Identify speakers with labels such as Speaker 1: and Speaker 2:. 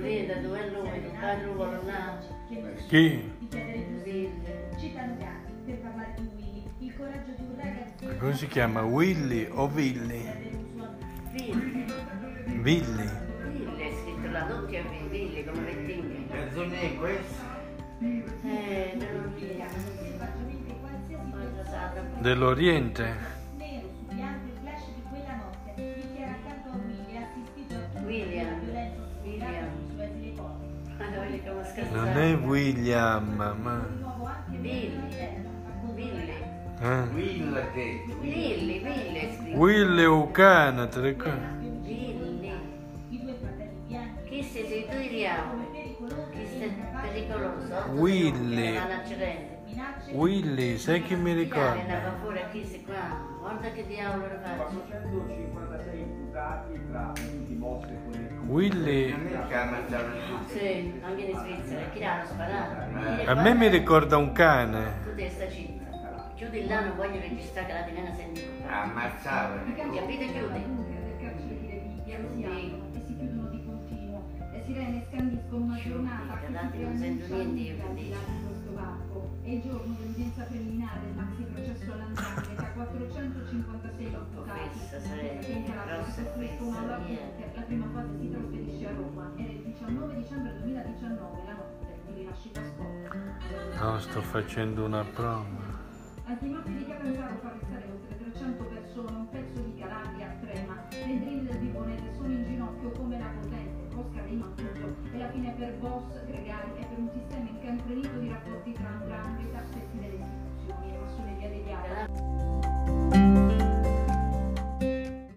Speaker 1: veda dov'è lui, non parlo con una...
Speaker 2: Chi?
Speaker 3: Citandati per parlare di Willy, il coraggio di un ragazzo.
Speaker 2: Come si chiama? Willy o Villi?
Speaker 1: Ville,
Speaker 2: Villi.
Speaker 1: Ville, è scritto la doppia V, Ville, come Vettigna.
Speaker 4: Canzone questa?
Speaker 1: Eh, me lo dico.
Speaker 3: Selvaggiamente qualsiasi persona.
Speaker 2: Dell'Oriente.
Speaker 3: Nero su bianco il flash di quella notte, Vicky era accanto a Willy, assistito a tutti
Speaker 1: William.
Speaker 3: violenza
Speaker 1: William.
Speaker 3: sulle telecose.
Speaker 1: Ma Ah, non voglio come
Speaker 2: Non è
Speaker 1: scherzare.
Speaker 2: William, ma...
Speaker 3: Nuovo anche
Speaker 1: Ville, Ville,
Speaker 2: eh.
Speaker 4: Will ha detto.
Speaker 1: Ville, Ville è scritto.
Speaker 2: Willy Ucana, te le ricordi?
Speaker 1: Ville,
Speaker 3: i due fratelli bianchi
Speaker 1: chi sei sei tu Iriamo?
Speaker 3: come pericolosi
Speaker 1: Chi
Speaker 3: e
Speaker 1: sei
Speaker 3: incapaci
Speaker 1: pericoloso?
Speaker 2: Willy.
Speaker 1: Era l'accidente.
Speaker 3: minacce
Speaker 2: Willy, sai chi mi
Speaker 1: Andava
Speaker 2: ricorda?
Speaker 1: fuori a chi si qua, guarda che diavolo lo
Speaker 5: Ma
Speaker 1: faccio.
Speaker 5: 456 imputati tra dimostre con il
Speaker 4: A
Speaker 2: Willy...
Speaker 4: me chiama Gianluca.
Speaker 1: Sì, anche in Svizzera, chi l'hanno sparato?
Speaker 2: Eh, A me mi ricorda un cane.
Speaker 1: Tu devi stare zitta. Chiudi là, non voglio registrare che la divina senti.
Speaker 4: Ammazzavano.
Speaker 1: Capite, chiudi.
Speaker 6: del carcere di anziano che si chiudono di continuo. Le sirene scandiscono una giornata che si preannuncia lunga al di là di questo varco. È il giorno dell'udienza preliminare del maxi processo all'andante che ha 456 imputati.
Speaker 1: Offesa, sarei
Speaker 6: Che in carcere
Speaker 1: grossa
Speaker 6: costruiscono
Speaker 1: offesa,
Speaker 6: alla
Speaker 1: via.
Speaker 6: Twitter. La prima fase si trasferisce a Roma. Era il 19 dicembre 2019, la notte di rinascita scotta.
Speaker 2: No, sto facendo una prova.
Speaker 6: Antimafia di Catanzaro fa arrestare oltre 300 persone, un pezzo di Calabria trema, le drill del Vibonese sono in ginocchio come la potente, Rosca di Maputo e la fine per Boss Gregari è per un sistema incancrenito di rapporti tra 'ndrangheta